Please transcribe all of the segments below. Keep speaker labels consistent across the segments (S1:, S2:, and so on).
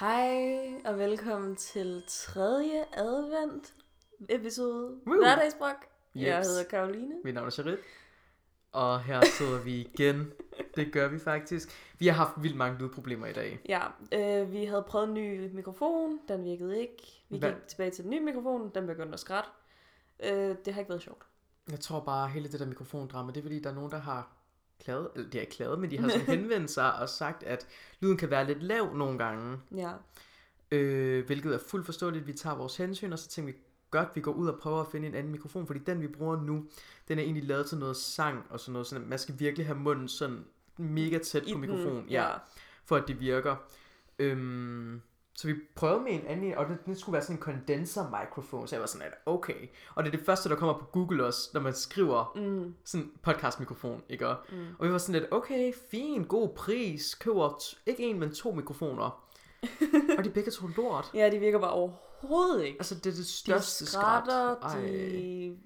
S1: Hej og velkommen til tredje advent episode
S2: Woo!
S1: Hverdagsbrok. Jeg
S2: Jeps.
S1: hedder Karoline.
S2: Mit navn er Charit. Og her sidder vi igen. Det gør vi faktisk. Vi har haft vildt mange lydproblemer i dag.
S1: Ja, øh, vi havde prøvet en ny mikrofon, den virkede ikke. Vi
S2: Hvad?
S1: gik tilbage til den nye mikrofon, den begyndte at skrætte. Øh, det har ikke været sjovt.
S2: Jeg tror bare, hele det der mikrofondrama, det er fordi, der er nogen, der har klaget, eller de har ikke klaget, men de har sådan henvendt sig og sagt, at lyden kan være lidt lav nogle gange,
S1: Ja,
S2: øh, hvilket er fuldt forståeligt. Vi tager vores hensyn, og så tænker vi, godt, vi går ud og prøver at finde en anden mikrofon, fordi den, vi bruger nu, den er egentlig lavet til noget sang og sådan noget, sådan at man skal virkelig have munden sådan mega tæt på mikrofonen. Ja. for at det virker. Øhm, så vi prøvede med en anden, og det, det skulle være sådan en condenser mikrofon, så jeg var sådan, at okay. Og det er det første, der kommer på Google også, når man skriver
S1: Mm,
S2: sådan podcast mikrofon, ikke? Og
S1: mm.
S2: vi var sådan lidt, okay, fin, god pris, køber t- ikke en, men to mikrofoner. og de er begge to lort.
S1: ja, de virker bare overhovedet ikke.
S2: Altså, det er det
S1: De
S2: største
S1: skrætter,
S2: skrat. Ej.
S1: de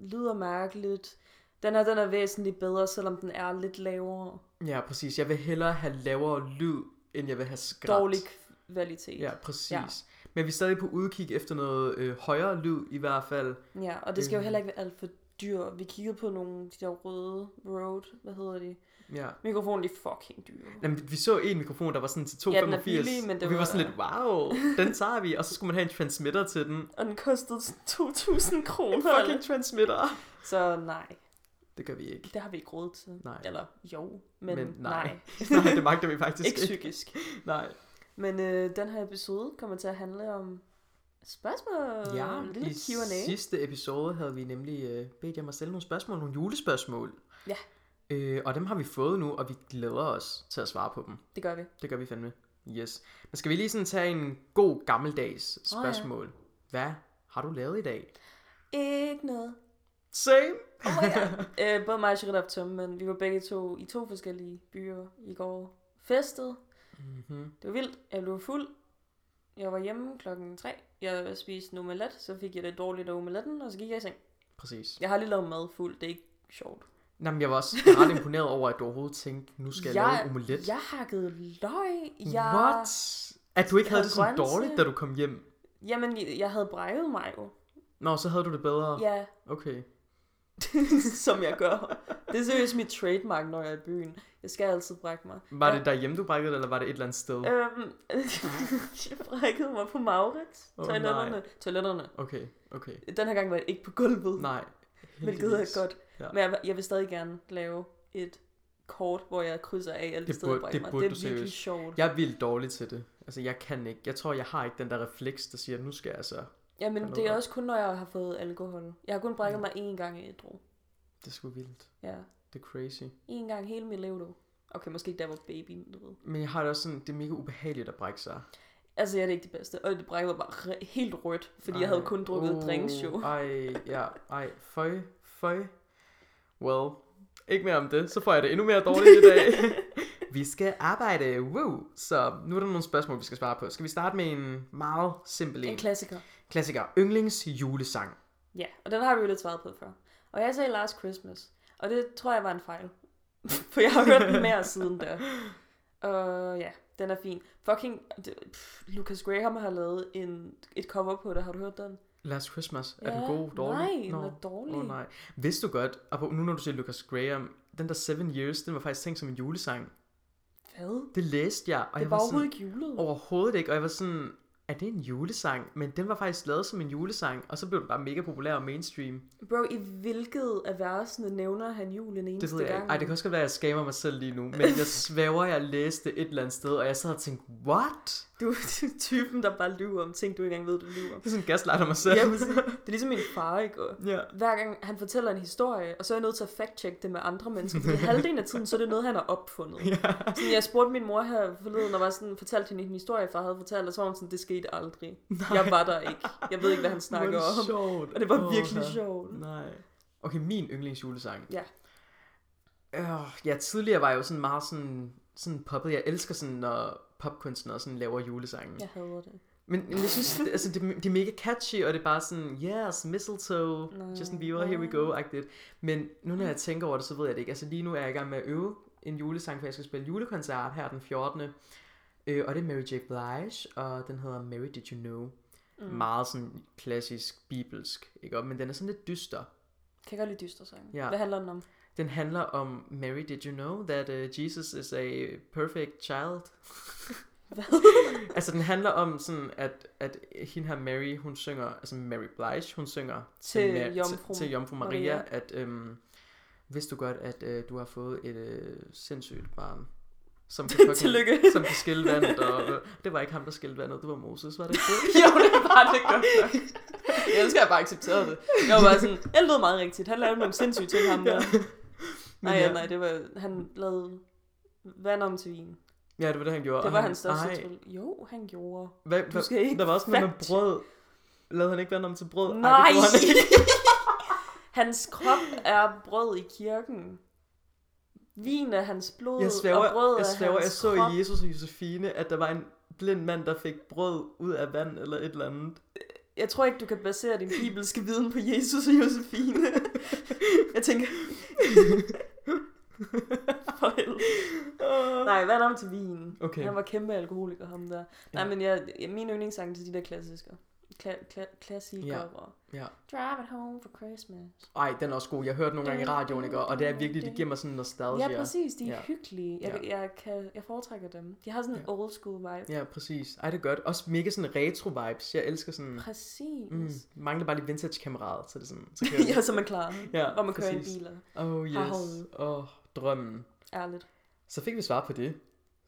S1: lyder mærkeligt. Den her, den er væsentligt bedre, selvom den er lidt lavere.
S2: Ja, præcis. Jeg vil hellere have lavere lyd, end jeg vil have skrat.
S1: Dårlig kvalitet.
S2: Ja, præcis.
S1: Ja.
S2: Ja. Men vi er stadig på udkig efter noget øh, højere lyd i hvert fald.
S1: Ja, og det skal jo
S2: Øh.
S1: heller ikke være alt for dyr. Vi kiggede på nogle af de der røde Rode, hvad hedder de?
S2: Ja.
S1: Mikrofonen, de er fucking dyre.
S2: Jamen, vi så en mikrofon, der var sådan til 2,85.
S1: Ja, den er billig, men det
S2: og vi
S1: var-
S2: var sådan lidt, wow, den tager vi. Og så skulle man have en transmitter til den.
S1: Og den kostede sådan 2.000 kroner.
S2: Fucking transmitter.
S1: Så nej,
S2: Det gør vi ikke.
S1: det har vi ikke råd til.
S2: Nej.
S1: Eller jo, men, men
S2: Men
S1: nej.
S2: nej.
S1: nej.
S2: Nej, det magter vi faktisk
S1: ikke
S2: ikke.
S1: psykisk.
S2: Nej.
S1: Men øh, den her episode kommer til at handle om spørgsmål.
S2: Ja,
S1: Øh, en lille
S2: i
S1: Q&A.
S2: sidste episode havde vi nemlig øh, bedt jer om at stille nogle spørgsmål, nogle julespørgsmål.
S1: Ja.
S2: Øh, og dem har vi fået nu, og vi glæder os til at svare på dem.
S1: Det gør vi.
S2: Det gør vi fandme. Yes. Men skal vi lige sådan tage en god gammeldags
S1: Åh, ja.
S2: spørgsmål? Oh, ja. Hvad har du lavet i dag?
S1: Ikke noget.
S2: Same.
S1: Oh my God. øh, både mig og Sherida Tom, men vi var begge to i to forskellige byer i går. Festet.
S2: Mm-hmm.
S1: Det var vildt. Jeg blev fuld. Jeg var hjemme klokken 3. Jeg spiste en omelet, så fik jeg det dårligt af omeletten, og så gik jeg i seng.
S2: Præcis.
S1: Jeg har lige lavet mad fuld, det er ikke sjovt.
S2: Nå, men jeg var også ret imponeret over, at du overhovedet tænkte, nu skal jeg,
S1: Jeg-
S2: lave en omelet.
S1: Jeg hakkede løg. Jeg...
S2: What? At du ikke havde det så
S1: Grøntsager.
S2: dårligt, da du kom hjem.
S1: Jamen, jeg- jeg havde brejet mig jo.
S2: Nå, så havde du det bedre.
S1: Ja,
S2: Okay.
S1: som jeg gør. Det er seriøst mit trademark, når jeg er i byen. Jeg skal altid brække mig.
S2: Var
S1: Ja.
S2: det derhjemme, du brækkede det, eller var det et eller andet sted?
S1: Øhm, jeg brækkede mig på Maurits.
S2: Åh,
S1: toiletterne.
S2: nej.
S1: toiletterne.
S2: Okay, okay.
S1: Den her gang var det ikke på gulvet.
S2: Nej.
S1: Hvilket
S2: heldigvis.
S1: er godt. Ja.
S2: Ja.
S1: Men jeg, jeg vil stadig gerne lave et kort, hvor jeg krydser af alle de
S2: Det
S1: steder,
S2: burde-
S1: hvor jeg
S2: det
S1: mig.
S2: burde
S1: Det er
S2: du
S1: virkelig
S2: seriøst.
S1: sjovt. Ja,
S2: Jeg er vildt dårlig til det. Altså, jeg kan ikke. Jeg tror, jeg har ikke den der refleks, der siger, nu skal jeg altså...
S1: Jamen,
S2: Hallo,
S1: det er
S2: ja.
S1: også kun, når jeg har fået alkohol. Jeg har kun brækket mig én gang i et
S2: Det er sgu vildt.
S1: Ja,
S2: Det er crazy.
S1: én gang hele mit liv, du. Okay, måske ikke der var baby, men du ved.
S2: Men jeg har det også sådan, det er mega ubehageligt at brække sig.
S1: Altså, jeg er det ikke det bedste. Og det brækkede mig bare re- helt rødt, fordi ej, jeg havde
S2: Ej,
S1: kun drukket
S2: uh,
S1: drinks jo.
S2: Ej, ja, ej, føj, føj. Well, ikke mere om det, så får jeg det endnu mere dårligt i dag. vi skal arbejde, woo! Så nu er der nogle spørgsmål, vi skal svare på. Skal vi starte med en meget simpel en?
S1: En klassiker.
S2: Klassiker. Yndlings julesang.
S1: Ja, og den har vi jo lidt svaret på før. Og jeg sagde Last Christmas, og det tror jeg var en fejl. For jeg har hørt den mere siden da. Og ja, den er fin. Fucking, det, pff, Lucas Graham har lavet en, et cover på det, har du hørt den?
S2: Last Christmas. Er
S1: Ja,
S2: den god? Dårlig?
S1: Nej, den er
S2: Nå.
S1: dårlig.
S2: Åh oh, nej. Vidste du godt, og nu når du siger Lucas Graham, den der Seven Years, den var faktisk tænkt som en julesang.
S1: Hvad?
S2: Det læste jeg,
S1: Det
S2: og jeg
S1: var
S2: var sådan,
S1: overhovedet ikke julet.
S2: Overhovedet ikke, og jeg var sådan, er det en julesang? Men den var faktisk lavet som en julesang, og så blev den bare mega populær og mainstream.
S1: Bro, i hvilket af versene nævner han jul en eneste
S2: Det ved jeg ikke.
S1: gang?
S2: Ej, det kan også godt være, at jeg skammer mig selv lige nu, men jeg svæver, jeg læste et eller andet sted, og jeg sad og tænkte, what?
S1: Du er typen, der bare lyver om ting, du ikke engang ved, du lyver om.
S2: Det er sådan gaslighter mig selv.
S1: Ja, præcis. det er ligesom min far, ikke?
S2: ja.
S1: hver gang han fortæller en historie, og så er jeg nødt til at fact-check det med andre mennesker, fordi halvdelen af tiden, så er det noget, han har opfundet.
S2: ja.
S1: Sådan, jeg spurgte min mor her forleden, og var sådan, fortalte hende en historie, far havde fortalt, og så var hun sådan, det skete aldrig. Nej. Jeg var der ikke. Jeg ved ikke, hvad han snakker
S2: Hvor er det
S1: om.
S2: sjovt.
S1: Og det var
S2: Åh,
S1: virkelig
S2: ja.
S1: sjovt.
S2: Nej. Okay, min yndlingsjulesang.
S1: Ja.
S2: Øh, ja, tidligere var jeg jo sådan meget sådan, sådan poppet. Jeg elsker sådan, når popkunstnere sådan laver julesange.
S1: Jeg hader det.
S2: Men men jeg synes, det- altså, det, det er mega catchy, og det er bare sådan, yes, mistletoe,
S1: Nå.
S2: Justin Bieber, here we go-agtigt. Men nu når jeg tænker over det, så ved jeg det ikke. Altså lige nu er jeg i gang med at øve en julesang, for jeg skal spille julekoncert her den 14. Øh, og det er Mary J. Blige, og den hedder Mary Did You Know. Mm. Meget sådan klassisk bibelsk, ikke? Og- Men den er sådan lidt dyster.
S1: Kan jeg godt lide dyster sange.
S2: Ja.
S1: Hvad handler den om?
S2: Den handler om, Mary, did you know that uh, Jesus is a perfect child? altså, den handler om sådan, at, at hende her Mary, hun synger, altså Mary Blige, hun synger
S1: Til
S2: Ma-
S1: Jomfru
S2: til, til Jomfru Maria,
S1: Maria.
S2: Maria. at øhm, vidste du godt, at øh, du har fået et øh, sindssygt barn, som kan, fucking,
S1: Tillykke.
S2: som kan skille vandet, og øh, det var ikke ham, der skilte vandet, det var Moses, var det ikke det?
S1: jo, det er bare det godt nok. Jeg elsker, at jeg bare accepterede det. Jeg var bare sådan, jeg lød meget rigtigt. Han lavede nogle sindssyge ting, ham der.
S2: Men
S1: Nej, ja.
S2: ja.
S1: nej, det var, han lavede vand om til vin.
S2: Ja, det var det, han gjorde.
S1: Det
S2: og
S1: var
S2: han-
S1: hans største
S2: Ej,
S1: tvivl. Jo, han gjorde.
S2: Hvad,
S1: Du
S2: hvad,
S1: skal ikke
S2: der var også noget med
S1: fact-
S2: brød. Lavede han ikke vand om til brød? Ej, det
S1: Nej!
S2: gjorde han ikke.
S1: Hans krop er brød i kirken. Vin er hans blod,
S2: Jeg svæver,
S1: og brød
S2: jeg,
S1: er
S2: svæver,
S1: hans
S2: jeg så
S1: krop.
S2: i Jesus og Josefine, at der var en blind mand, der fik brød ud af vand eller et eller andet.
S1: Jeg tror ikke, du kan basere din bibelske viden på Jesus og Josefine. jeg tænker... For helvede. Nej, hvad er der om til vin?
S2: Okay.
S1: Han var kæmpe alkoholiker, ham der. Nej,
S2: Ja.
S1: men jeg, jeg- min yndlingssang til de der klassiske. Kla- kla- klassikere.
S2: Ja.
S1: Drive it home for Christmas.
S2: Ej, den er også god. Jeg hørte nogle gange i radioen, ikke? og det er virkelig, det giver mig sådan en nostalgia.
S1: Ja, præcis. De er
S2: Ja.
S1: hyggelige. Jeg, jeg, kan, jeg foretrækker dem. De har sådan en old school vibe.
S2: Ja, præcis. Ej, det er godt. Også mega sådan retro-vibes. Jeg elsker sådan...
S1: Præcis.
S2: Mm, mangler bare lige vintage-kameraet, så det er sådan... Så kan jeg...
S1: ja, så man klarer det.
S2: Ja,
S1: Hvor man kører i
S2: præcis.
S1: biler.
S2: Oh, yes.
S1: Hav.
S2: Åh, oh, drømmen.
S1: Ærligt.
S2: Så fik vi svar på det.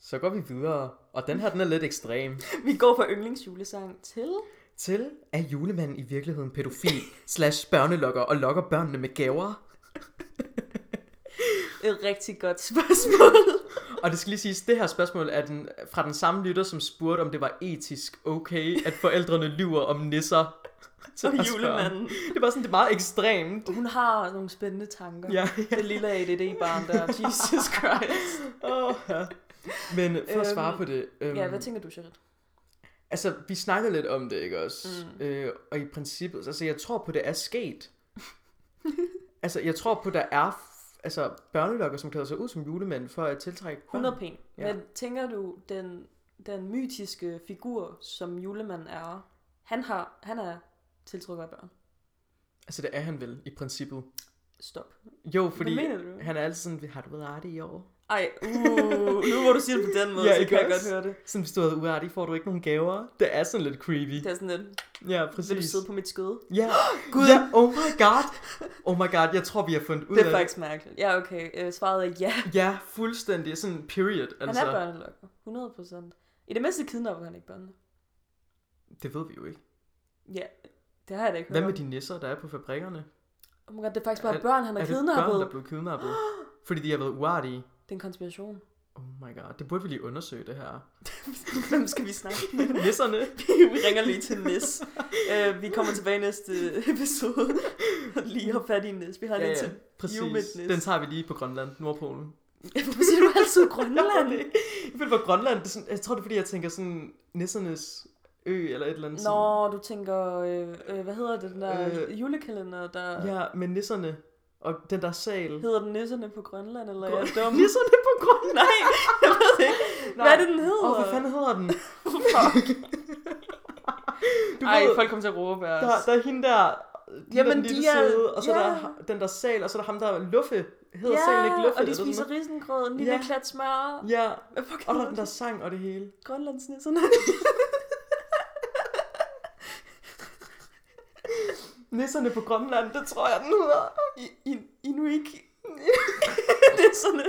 S2: Så går vi videre. Og den her, den er lidt ekstrem.
S1: Vi går fra yndlingsjulesang til...
S2: Til er julemanden i virkeligheden pædofil slash børnelokker og lokker børnene med gaver?
S1: Et rigtig godt spørgsmål.
S2: Og det skal lige siges, det her spørgsmål er den, fra den samme lytter, som spurgte, om det var etisk okay, at forældrene lyver om nisser. til
S1: Og
S2: deres børn.
S1: julemanden.
S2: Det var sådan, det er meget ekstremt.
S1: Hun har nogle spændende tanker.
S2: Ja, ja.
S1: Det lille ADD-barn der. Jesus Christ.
S2: Oh, ja. Men for at svare
S1: Øhm,
S2: på det... Øhm,
S1: Ja, hvad tænker du, Charlotte?
S2: Altså, vi snakkede lidt om det, ikke også? Mm. Øh, og i princippet, altså jeg tror på, det er sket. altså, jeg tror på, der er f- altså, børnelokker, som klæder sig ud som julemænd for at tiltrække børn.
S1: 100 pæn.
S2: Ja.
S1: Men tænker du, den, den mytiske figur, som julemanden er, han, har, han er tiltrukket af børn.
S2: Altså, det er han vel, i princippet.
S1: Stop.
S2: Jo, fordi
S1: mener du?
S2: han er altid sådan, vi har du været artig i år?
S1: Ej, uh, nu hvor du siger det på den måde,
S2: Ja,
S1: ja, så
S2: ikke
S1: kan jeg
S2: også?
S1: godt høre det.
S2: Sådan, hvis du har været uartig, får du ikke nogen gaver. Det er sådan lidt creepy.
S1: Det er sådan lidt,
S2: Ja,
S1: vil du
S2: præcis.
S1: sidde på mit skød?
S2: Ja, Gud. ja, oh my god. Oh my god, jeg tror, vi har fundet ud
S1: Det
S2: af
S1: er faktisk mærkeligt. Ja, okay. Øh, svaret er ja.
S2: Ja, fuldstændig. Sådan period.
S1: Han
S2: Altså,
S1: er børnelokker. 100 procent. I det mindste kidnapper han ikke børnene.
S2: det ved vi jo ikke.
S1: Ja, det har jeg da ikke
S2: Hvad
S1: hørt
S2: med
S1: om.
S2: de nisser, der er på fabrikkerne?
S1: Oh my God, det er faktisk bare
S2: Er-
S1: børn, han har
S2: er det
S1: kidnappet.
S2: børn, der blev kidnappet? Fordi de har været uartige.
S1: Det er en konspiration.
S2: Oh my god, det burde vi lige undersøge, det her.
S1: Hvem skal vi snakke med?
S2: Nisserne.
S1: vi ringer lige til Nis. Uh, vi kommer tilbage i næste episode. og lige har fat i Nis. Vi har ja, lidt til. You
S2: præcis.
S1: with Nis.
S2: Den tager vi lige på Grønland, Nordpolen.
S1: Hvorfor siger du altid Grønland?
S2: Jeg ved det ikke. Jeg føler på Grønland, det er sådan, jeg tror det er fordi, jeg tænker sådan nissernes ø eller et eller andet. sådan-
S1: Nå, du tænker, øh, øh, hvad hedder det, den der øh,
S2: Øh,
S1: julekalender, der ja.
S2: Ja, men nisserne og den der sal.
S1: hedder den Nisserne på Grønland, eller er
S2: Grøn-
S1: jeg dum?
S2: Nisserne på Grønland.
S1: Nej, jeg ved det ikke. Hvad er det, den hedder?
S2: Åh, oh, hvad fanden hedder den?
S1: Fuck.
S2: Du
S1: Ej,
S2: ved-
S1: folk kommer til at råbe af os.
S2: Der, der er hende der, den
S1: Jamen,
S2: der
S1: de
S2: lille
S1: er-
S2: søde, og så
S1: ja.
S2: yeah. der er den der sal, og så er der ham der Luffe. Hedder yeah, salen ikke Luffe?
S1: og de
S2: eller sådan
S1: spiser risengrød, en lille
S2: Ja.
S1: klat smør.
S2: noget? Ja,
S1: Hvad fuck
S2: og der
S1: hedder
S2: er den der sang og det hele.
S1: det? Grønlandsnisserne.
S2: Nisserne på Grønland, det tror jeg, den hedder.
S1: I- In- Inuik. Nisserne.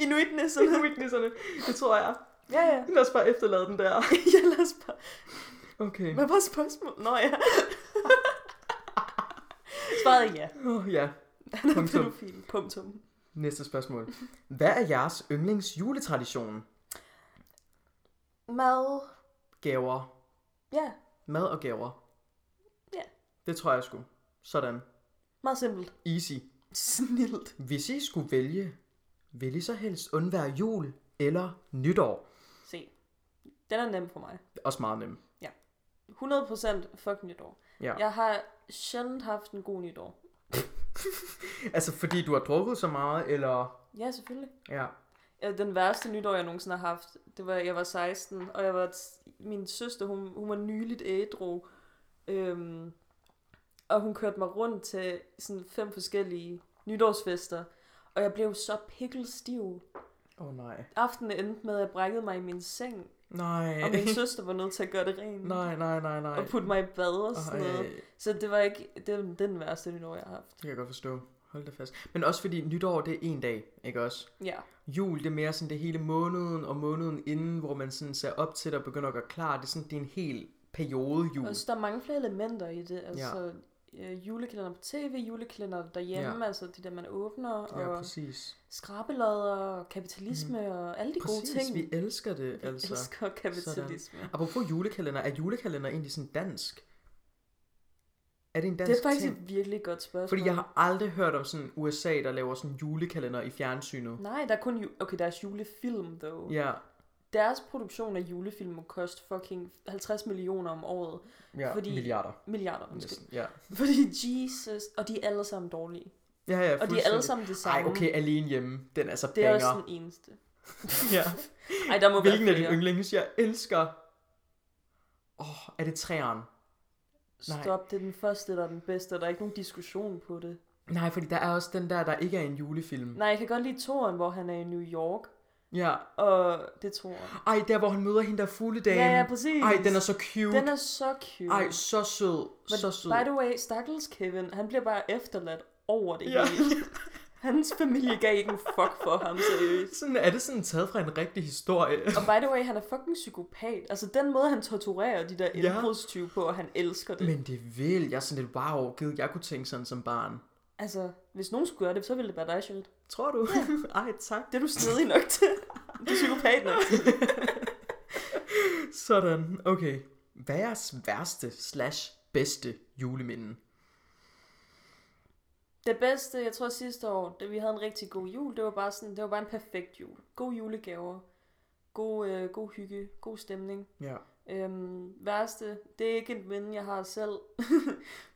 S1: Inuitnisserne.
S2: Nisserne, det tror jeg.
S1: Ja, ja.
S2: Lad os bare efterlade den der.
S1: Ja, lad os bare...
S2: Okay.
S1: Hvad var spørgsmålet? Nå ja. Svaret er ja.
S2: Oh, ja.
S1: Han er
S2: Punktum.
S1: pædofil. Punktum.
S2: Næste spørgsmål. Hvad er jeres yndlings juletradition?
S1: Mad.
S2: Gaver.
S1: Ja,
S2: Mad og gaver.
S1: Ja.
S2: Det tror jeg sgu. Sådan.
S1: meget simpelt.
S2: Easy.
S1: Snilt.
S2: Hvis I skulle vælge, vil I så helst undvære jul eller nytår?
S1: Se. Den er nem for mig.
S2: Også meget nemt.
S1: 100% fuck nytår.
S2: Ja.
S1: Jeg har sjældent haft en god nytår.
S2: Altså fordi du har drukket så meget, eller...
S1: Ja, selvfølgelig.
S2: Ja.
S1: øh, den værste nytår, jeg nogensinde har haft, det var, jeg var 16, og jeg var t- min søster, hun, hun var nyligt ædru, øhm, og hun kørte mig rundt til sådan fem forskellige nytårsfester, og jeg blev så pikkelstiv.
S2: Åh oh, nej.
S1: Aftenen endte med, at jeg brækkede mig i min seng,
S2: Nej.
S1: og min søster var nødt til at gøre det rent.
S2: nej, nej, nej, nej.
S1: Og putte mig i bad og sådan
S2: Ej,
S1: noget. Så det var ikke det var den værste nytår, jeg har haft.
S2: Det kan jeg godt forstå. Hold da fast. Men også fordi nytår, det er en dag, ikke også?
S1: Ja,
S2: Jul, det er mere sådan det hele måneden og måneden inden, hvor man sådan ser op til det og begynder at gøre klar. Det er sådan, det er en hel periode jul.
S1: og så der er mange flere elementer i det. Altså øh, julekalender på tv, julekalender derhjemme, altså det der, man åbner,
S2: Ja,
S1: og
S2: præcis. Mm.
S1: skrabelodder, og kapitalisme, og alle de gode
S2: Præcis,
S1: ting.
S2: vi elsker det,
S1: Jeg
S2: altså.
S1: elsker kapitalisme. Sådan.
S2: Apropos julekalender, er julekalender egentlig sådan dansk? Er det en dansk
S1: Det er faktisk
S2: ting?
S1: et virkelig godt spørgsmål.
S2: Fordi jeg har aldrig hørt om sådan USA, der laver sådan julekalender i fjernsynet.
S1: Nej, der er kun... Ju- okay, deres julefilm, dog.
S2: Ja,
S1: Deres produktion af julefilm må koste fucking 50 millioner om året.
S2: ja
S1: Fordi-
S2: milliarder.
S1: Milliarder, undskyld.
S2: Næsten. Ja.
S1: Fordi Jesus... Og de er alle sammen dårlige.
S2: ja, ja,
S1: Og de er alle sammen det samme.
S2: Nej, okay, alene hjemme. Den er så
S1: Det er også
S2: banger.
S1: den eneste.
S2: ja.
S1: Ej, der må
S2: Hvilken er
S1: være
S2: din
S1: flere.
S2: yndlings? Jeg elsker... Åh, oh, er det træeren? Nej.
S1: Stop, det er den første, der er den bedste, og der er ikke nogen diskussion på det.
S2: Nej, fordi der er også den der, der ikke er en julefilm.
S1: Nej, jeg kan godt lide toren, hvor han er i New York,
S2: Ja.
S1: og det er toren.
S2: Ej, der hvor han møder hende der fugledagen.
S1: Ja, ja, præcis.
S2: Ej, den er så cute.
S1: den er så cute.
S2: Ej, så sød.
S1: Men
S2: så sød.
S1: By the way, stakkels Kevin, han bliver bare efterladt over det
S2: Ja.
S1: ja. hele. Hans familie gav ikke en fuck for ham, seriøst.
S2: Sådan, er det sådan taget fra en rigtig historie?
S1: Og by the way, han er fucking psykopat. Altså den måde, han torturerer de der
S2: Ja.
S1: indbrudstyve på, og han elsker det. Men...
S2: Men det vil. Jeg er sådan lidt, wow, givet jeg kunne tænke sådan som barn.
S1: Altså, hvis nogen skulle gøre det, så ville det være dig, Charlotte.
S2: Tror du? Ej, tak.
S1: Det er du snedig nok til. Du er psykopat nok til.
S2: Sådan, okay. Hvad er jeres værste slash bedste juleminde?
S1: Det bedste, jeg tror sidste år, da vi havde en rigtig god jul, det var bare sådan, det var bare en perfekt jul. God julegaver, god, øh, god hygge, god stemning.
S2: Ja.
S1: Øhm, værste, det er ikke en ven, jeg har selv,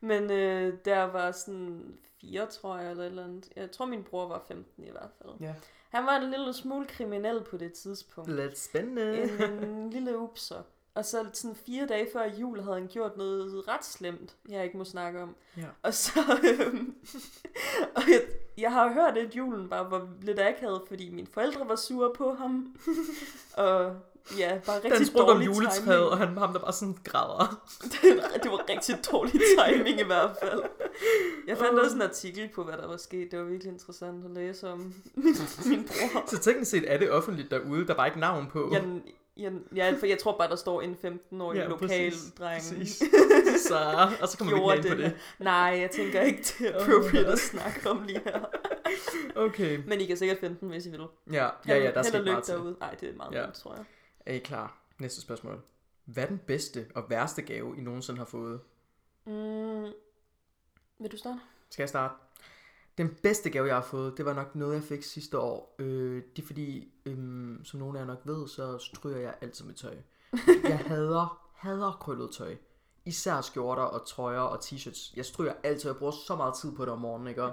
S1: men øh, der var sådan fire, tror jeg, eller et eller andet. Jeg tror, min bror var 15 i hvert fald.
S2: ja.
S1: Han var en lille smule kriminel på det tidspunkt.
S2: Lidt spændende.
S1: en, en Øh, lille upser. Og så sådan fire dage før jul havde han gjort noget ret slemt, jeg ikke må snakke om.
S2: Ja.
S1: Og så... Øhm, og jeg, jeg har hørt, at julen bare var lidt akavet, fordi mine forældre var sure på ham. og ja, bare rigtig
S2: Den spurgte om
S1: dårlig
S2: juletræet,
S1: timing.
S2: og han ham der bare sådan græder.
S1: Det- det var rigtig dårlig timing i hvert fald. Jeg fandt også en artikel på, hvad der var sket. Det var virkelig interessant at læse om min, min bror.
S2: Så teknisk set er det offentligt derude, der var ikke navn på.
S1: Jeg, jeg, jeg, for jeg tror bare, der står en 15-årig ja, lokal
S2: præcis,
S1: dreng.
S2: præcis. Så, og så kommer vi
S1: Gjorde
S2: ikke ind på
S1: det.
S2: det.
S1: Nej, jeg tænker ikke, det er appropriate at snakke om lige her.
S2: Okay.
S1: Men I kan sikkert finde den, hvis I vil.
S2: Ja, ja, ja, der
S1: Held og
S2: skal ikke
S1: lykke
S2: meget til.
S1: derude. Nej, det er meget
S2: Ja.
S1: ja. tror jeg.
S2: Er I klar? Næste spørgsmål. Hvad er den bedste og værste gave, I nogensinde har fået?
S1: Mm. Vil du starte?
S2: Skal jeg starte? Den bedste gave, jeg har fået, det var nok noget, jeg fik sidste år. Øh, det er fordi, øhm, som nogen af jer nok ved, så stryger jeg altid mit tøj. Jeg hader, hader krøllet tøj. Især skjorter og trøjer og t-shirts. Jeg stryger altid, jeg bruger så meget tid på det om morgenen, ikke? Og-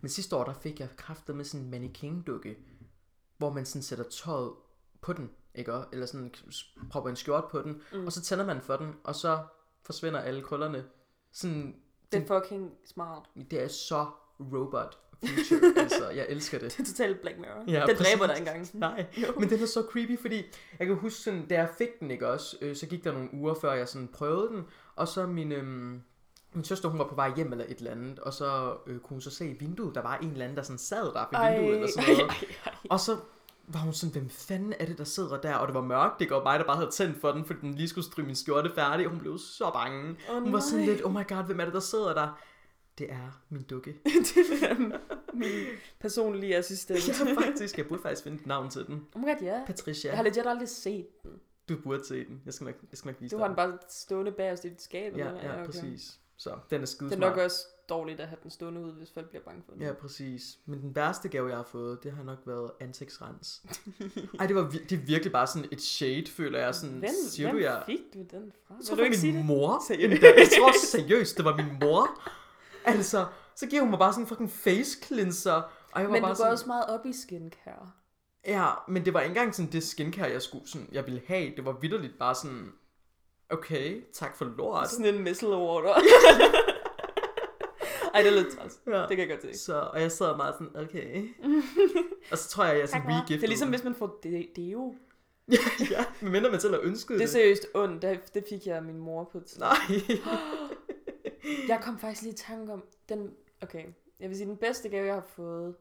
S2: Men sidste år, der fik jeg kræfter med sådan en mannequin-dukke, hvor man sådan sætter tøjet på den, ikke? Og- Eller sådan s- propper en skjort på den, mm. og så tænder man for den, og så forsvinder alle krøllerne. Sådan
S1: Det er fucking smart.
S2: det er så robot future, altså. Jeg elsker det.
S1: Det er totalt Black Mirror.
S2: Ja,
S1: det
S2: præcis.
S1: dræber dig engang.
S2: Nej, men den er så creepy, fordi jeg kan huske, sådan, da jeg fik den, ikke også, øh, så gik der nogle uger, før jeg sådan prøvede den, og så min, øhm, min søster, hun var på vej hjem eller et eller andet, og så øh, kunne hun så se i vinduet, der var en eller anden, der sådan sad der ved vinduet eller sådan noget.
S1: ej.
S2: Og så var hun sådan, hvem fanden er det, der sidder der? Og det var mørkt, det var mig, der bare havde tændt for den, fordi den lige skulle stryge min skjorte færdig, og hun blev så bange.
S1: Åh,
S2: hun var sådan
S1: nej.
S2: lidt, oh my god, hvem er det, der sidder der? Det er min dukke.
S1: Det er min personlige assistent.
S2: Ja, faktisk. Jeg burde faktisk finde et navn til den.
S1: Oh my god, ja.
S2: Patricia,
S1: Jeg har legit aldrig set den.
S2: du burde se den. Jeg skal nok, jeg skal nok vise
S1: Du har den
S2: dig
S1: bare stående bagerst i dit skab.
S2: Ja,
S1: eller hvad?
S2: ja,
S1: okay.
S2: præcis. Så den er skide
S1: Det er nok også dårligt at have den stående ud, hvis folk bliver bange for den.
S2: Ja, præcis. Men den værste gave, jeg har fået, det har nok været ansigtsrens. Ej, det, var, vir- det er virkelig bare sådan et shade, føler jeg. Sådan,
S1: Hvem,
S2: siger
S1: hvem
S2: du, jeg...
S1: fik du den fra?
S2: Så
S1: Vil du
S2: var
S1: ikke sige
S2: min
S1: det?
S2: mor.
S1: Seriøst?
S2: endda. Jeg tror seriøst, det var min mor. Altså, så giver hun mig bare sådan en fucking face cleanser. Og jeg var
S1: Men du
S2: bare
S1: går
S2: sådan,
S1: også meget op i skincare.
S2: Ja, men det var ikke engang sådan det skincare, jeg skulle, sådan, jeg ville have. Det var vidderligt bare sådan, okay, tak for lort.
S1: Sådan en missile order. Ej, det er lidt træls.
S2: Ja.
S1: Det kan jeg godt se.
S2: Så, og jeg sad meget sådan, okay. og så tror jeg, jeg sådan
S1: Tak, mor.
S2: regiftet.
S1: Det er ligesom, hvis man får de- deo.
S2: ja, ja, medmindre man selv har ønsket
S1: Det er
S2: det.
S1: seriøst ondt. Det, det fik jeg af min mor på et tidspunkt.
S2: Nej.
S1: Jeg kom faktisk lige i tanke om den... Okay, jeg vil sige, den bedste gave, jeg har fået...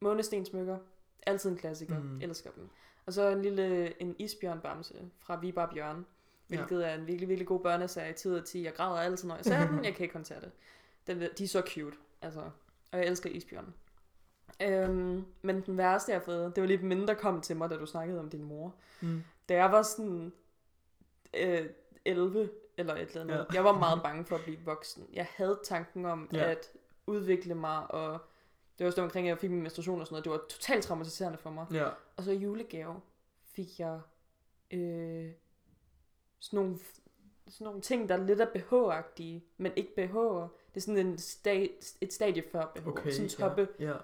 S1: Månestensmykker. Altid en klassiker.
S2: Mm.
S1: Mm. Elsker dem. Og så en lille en isbjørnbamse fra Vibar Bjørn. Hvilket ja. er en virkelig, virkelig god børneserie i tid og 10. Jeg græder altid, når jeg ser den. Jeg kan ikke håndtere det. Den, der- de er så cute. Altså, og jeg elsker isbjørnen. Øhm, men den værste, jeg har fået, det var lige dem inden, der kom til mig, da du snakkede om din mor.
S2: Mm.
S1: Da jeg var sådan øh, 11 eller et eller andet,
S2: Ja.
S1: ja. jeg var meget bange for at blive voksen. Jeg havde tanken om
S2: Ja.
S1: ja. at udvikle mig, og det var også det omkring, at jeg fik min menstruation og sådan noget. Det var totalt traumatiserende for mig.
S2: Ja.
S1: Og så i julegave fik jeg øh, sådan, nogle, sådan nogle ting, der er lidt er BH-agtige, men ikke BH'er. Det er sådan en sta- et stadie før BH,
S2: Okay.
S1: okay, sådan toppe. Ja.
S2: Ja. ja.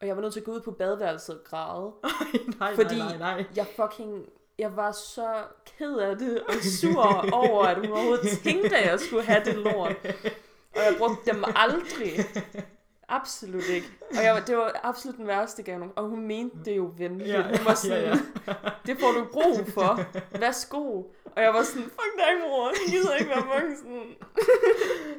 S1: Og jeg var nødt til at gå ud på badeværelset og græde.
S2: Ej, nej, Fordi...
S1: Fordi-
S2: nej, nej, nej.
S1: Jeg fucking... Jeg var så ked af det og sur over, at hun overhovedet tænkte, at jeg skulle have det lort. Og jeg brugte dem aldrig. Absolut ikke. Og jeg, var- det var absolut den værste gave. nogen- Og hun mente det jo venligt.
S2: Ja,
S1: hun var sådan,
S2: ja, ja.
S1: det får du brug for. Værsgo. Og jeg var sådan, fuck dig mor, jeg gider ikke være voksen.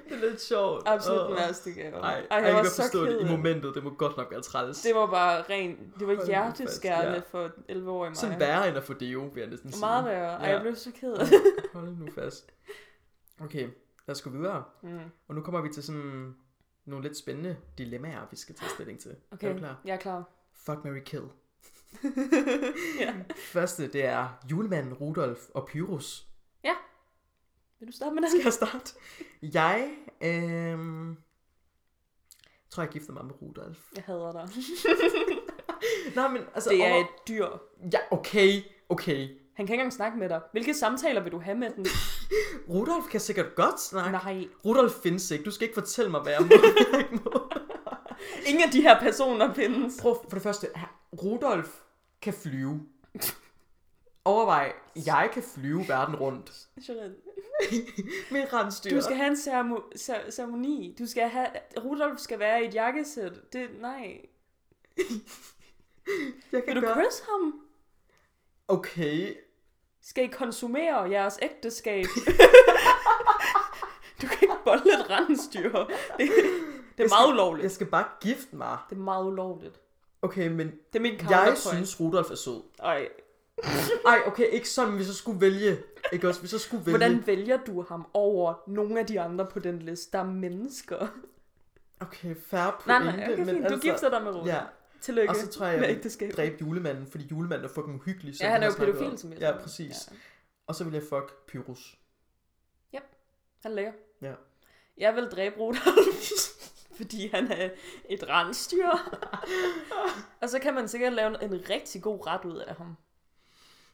S2: Det er lidt sjovt.
S1: Absolut
S2: Åh.
S1: den værste gave.
S2: Ej,
S1: Ej,
S2: ej, jeg,
S1: jeg var
S2: kan
S1: så
S2: forstå
S1: ked
S2: det i
S1: af det.
S2: momentet. Det må godt nok være træls.
S1: Det var bare rent, det
S2: Hold
S1: var
S2: nu fast,
S1: hjerteskærende
S2: ja.
S1: for 11-årige mig.
S2: Sådan værre end at få deo, vil jeg næsten sige.
S1: Meget værre. Ej,
S2: Ja.
S1: jeg blev så ked af det.
S2: Hold nu fast. Okay, lad os gå videre.
S1: Mm.
S2: Og nu kommer vi til sådan nogle lidt spændende dilemmaer, vi skal tage stilling til.
S1: Okay,
S2: Er du klar?
S1: jeg er klar.
S2: Fuck, Mary kill.
S1: ja.
S2: Første, det er julemanden Rudolf og Pyrus.
S1: Vil du starte med den?
S2: Skal jeg starte? Jeg øhm, tror, jeg giftede mig med Rudolf.
S1: Jeg hader dig.
S2: Nej, men altså...
S1: Det er
S2: over-
S1: et dyr.
S2: Ja, okay, okay.
S1: Han kan ikke engang snakke med dig. Hvilke samtaler vil du have med den?
S2: Rudolf kan sikkert godt snakke.
S1: Nej.
S2: Rudolf findes ikke. Du skal ikke fortælle mig, hvad jeg må. og hvad jeg ikke må.
S1: Ingen af de her personer findes.
S2: Prøv for det første. Rudolf kan flyve. Overvej, jeg kan flyve verden rundt.
S1: Charlotte,
S2: Med rensdyr.
S1: Du skal have en ceremo- cer- ceremoni. Du skal have... Rudolf skal være i et jakkesæt. Det... Nej.
S2: jeg
S1: Vil du kysse ham?
S2: Okay.
S1: Skal I konsumere jeres ægteskab? du kan ikke bolle et rensdyr. Det, det
S2: Jeg
S1: er meget
S2: skal-
S1: ulovligt.
S2: Jeg skal bare gifte mig.
S1: Det er meget ulovligt.
S2: Okay, men
S1: Det er min
S2: jeg
S1: counterpoint.
S2: synes, Rudolf er sød.
S1: Ej,
S2: Ej, okay, ikke sådan, vi så skulle vælge. Ikke også, vi så skulle vælge.
S1: hvordan vælger du ham over nogle af de andre på den liste, der er mennesker?
S2: Okay, færre
S1: Nej,
S2: pointe.
S1: nej, okay,
S2: men altså-
S1: fint. Du gifter dig med Rudolf.
S2: Ja,
S1: Tillykke
S2: og så tror jeg,
S1: med
S2: jeg
S1: ægteskab.
S2: vil dræbe julemanden, fordi julemanden er fucking hyggelig. som
S1: Ja,
S2: vi
S1: han er
S2: har
S1: jo
S2: snakket
S1: pædofil,
S2: om.
S1: som jeg
S2: Ja,
S1: sagde.
S2: præcis.
S1: Ja.
S2: Og så vil jeg fuck Pyrus.
S1: Han er lækker.
S2: Ja.
S1: Jeg vil dræbe Rudolf, fordi han er et rensdyr. og så kan man sikkert lave en rigtig god ret ud af ham.